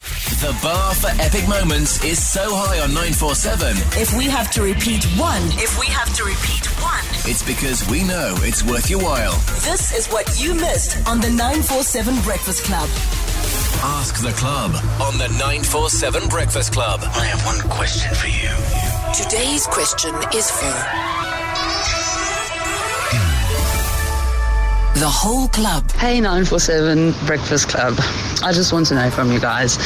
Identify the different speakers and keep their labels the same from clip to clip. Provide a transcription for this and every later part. Speaker 1: The bar for epic moments is so high on 947,
Speaker 2: If we have to repeat one, if we have to repeat one,
Speaker 1: it's because we know it's worth your while.
Speaker 2: this is what you missed on the 947 Breakfast Club.
Speaker 1: Ask the club on the 947 Breakfast Club.
Speaker 3: I have one question for you.
Speaker 4: Today's question is for the whole club.
Speaker 5: Hey 947 Breakfast Club. I just want to know from you guys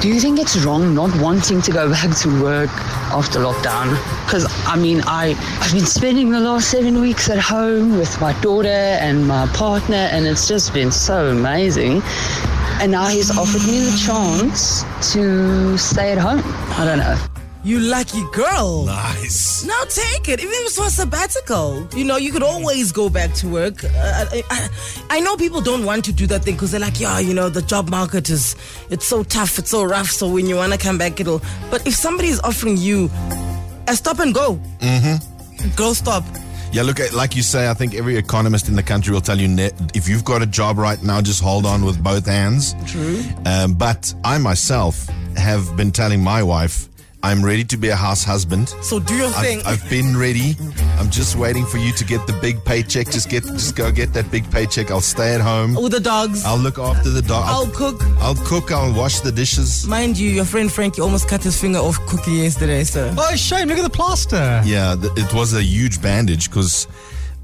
Speaker 5: do you think it's wrong not wanting to go back to work after lockdown? Because I mean, I, I've been spending the last seven weeks at home with my daughter and my partner, and it's just been so amazing. And now he's offered me the chance to stay at home. I don't know.
Speaker 6: You lucky girl.
Speaker 7: Nice.
Speaker 6: Now take it. Even if it's for a sabbatical, you know, you could always go back to work. Uh, I, I, I know people don't want to do that thing because they're like, yeah, you know, the job market is, it's so tough, it's so rough. So when you want to come back, it'll. But if somebody is offering you a stop and go, mm-hmm. go stop.
Speaker 7: Yeah, look, at, like you say, I think every economist in the country will tell you ne- if you've got a job right now, just hold on with both hands. True. Um, but I myself have been telling my wife, I'm ready to be a house husband.
Speaker 6: So do your thing.
Speaker 7: I've, I've been ready. I'm just waiting for you to get the big paycheck. Just get, just go get that big paycheck. I'll stay at home.
Speaker 6: All the dogs.
Speaker 7: I'll look after the dog.
Speaker 6: I'll cook.
Speaker 7: I'll cook. I'll wash the dishes.
Speaker 6: Mind you, your friend Frankie almost cut his finger off cookie yesterday, so.
Speaker 8: Oh, shame. Look at the plaster.
Speaker 7: Yeah, th- it was a huge bandage because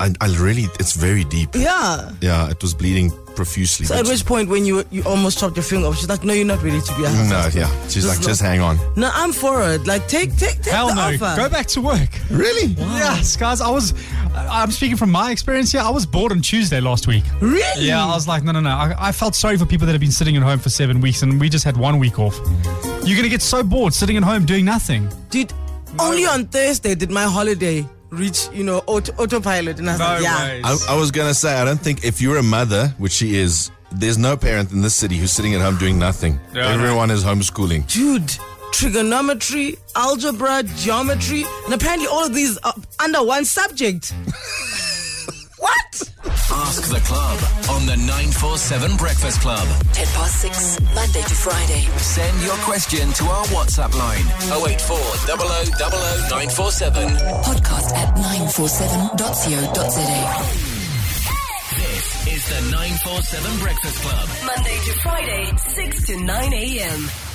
Speaker 7: I, I really, it's very deep.
Speaker 6: Yeah.
Speaker 7: Yeah, it was bleeding profusely.
Speaker 6: So at
Speaker 7: but-
Speaker 6: which point when you you almost chopped your finger off, she's like, no, you're not ready to be a house
Speaker 7: no,
Speaker 6: husband.
Speaker 7: yeah. She's
Speaker 6: This
Speaker 7: like,
Speaker 6: is
Speaker 7: just
Speaker 6: not-
Speaker 7: hang on.
Speaker 6: No, I'm for it. Like, take take take
Speaker 8: Hell
Speaker 6: the
Speaker 8: no.
Speaker 6: offer.
Speaker 8: Go back to work.
Speaker 7: Really?
Speaker 8: Yes, guys. I was, I- I'm speaking from my experience here. I was bored on Tuesday last week.
Speaker 6: Really?
Speaker 8: Yeah, I was like, no, no, no. I, I felt sorry for people that have been sitting at home for seven weeks and we just had one week off. You're going to get so bored sitting at home doing nothing.
Speaker 6: Dude, only on Thursday did my holiday reach you know auto, autopilot, and I was like, yeah.
Speaker 7: I, I was going to say, I don't think if you're a mother, which she is, there's no parent in this city who's sitting at home doing nothing.
Speaker 8: Yeah.
Speaker 7: Everyone is homeschooling.
Speaker 6: Dude, trigonometry, algebra, geometry, and apparently all of these are under one subject. what?
Speaker 1: Ask the club on the 947 Breakfast Club.
Speaker 4: 10 past 6, Monday to Friday.
Speaker 1: Send your question to our WhatsApp line 084 0000 947.
Speaker 4: Podcast at 947.co.za.
Speaker 1: This is the 947 Breakfast Club.
Speaker 2: Monday to Friday, 6 to 9 a.m.